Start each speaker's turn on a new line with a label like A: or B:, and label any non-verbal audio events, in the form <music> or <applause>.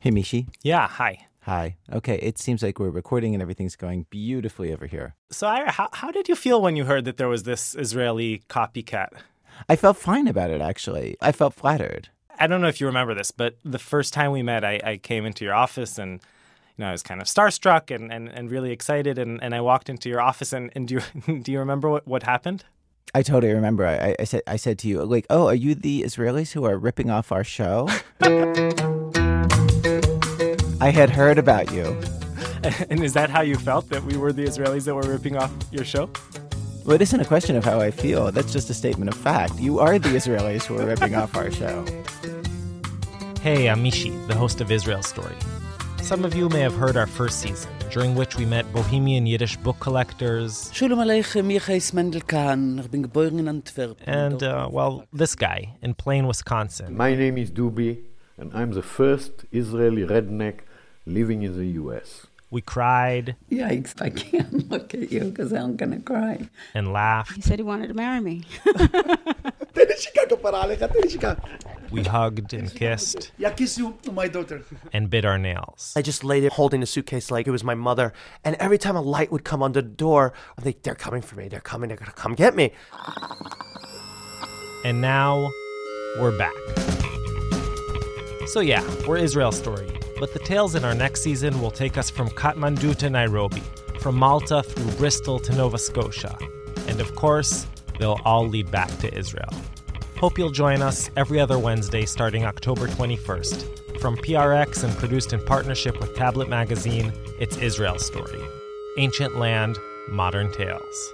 A: Hey, Mishi.
B: Yeah, hi.
A: Hi. Okay, it seems like we're recording and everything's going beautifully over here.
B: So, Ira, how, how did you feel when you heard that there was this Israeli copycat?
A: I felt fine about it, actually. I felt flattered.
B: I don't know if you remember this, but the first time we met, I, I came into your office and you know, I was kind of starstruck and, and, and really excited. And, and I walked into your office, and, and do, you, <laughs> do you remember what, what happened? <laughs>
A: I totally remember. I, I said I said to you, like, oh, are you the Israelis who are ripping off our show? <laughs> I had heard about you.
B: And is that how you felt that we were the Israelis that were ripping off your show?
A: Well, it isn't a question of how I feel. That's just a statement of fact. You are the Israelis who are ripping off our show.
C: Hey, I'm Mishi, the host of Israel Story. Some of you may have heard our first season, during which we met Bohemian Yiddish book collectors
D: Shalom Aleichem, Yechais Mendelkan. Ich bin geboren in Antwerpen.
C: and, uh, well, this guy in Plain, Wisconsin.
E: My name is Dubi, and I'm the first Israeli redneck living in the US.
C: We cried
F: Yikes, I can't <laughs> look at you because I'm going to cry.
C: and
G: He
C: laughed.
G: said he wanted to marry
H: <laughs>
G: me.
C: We hugged and kissed
H: Yeah, kiss you, my daughter.
C: and bit our nails.
I: I just lay there holding the suitcase like it was my mother. And every time a light would come on the door, I'd think, they're coming for me. They're coming. They're going to come get me.
C: And now we're back. So, yeah, we're Israel Story, but the tales in our next season will take us from Kathmandu to Nairobi, from Malta through Bristol to Nova Scotia. And of course, they'll all lead back to Israel. Hope you'll join us every other Wednesday starting October 21st. From PRX and produced in partnership with Tablet Magazine, it's Israel Story Ancient Land, Modern Tales.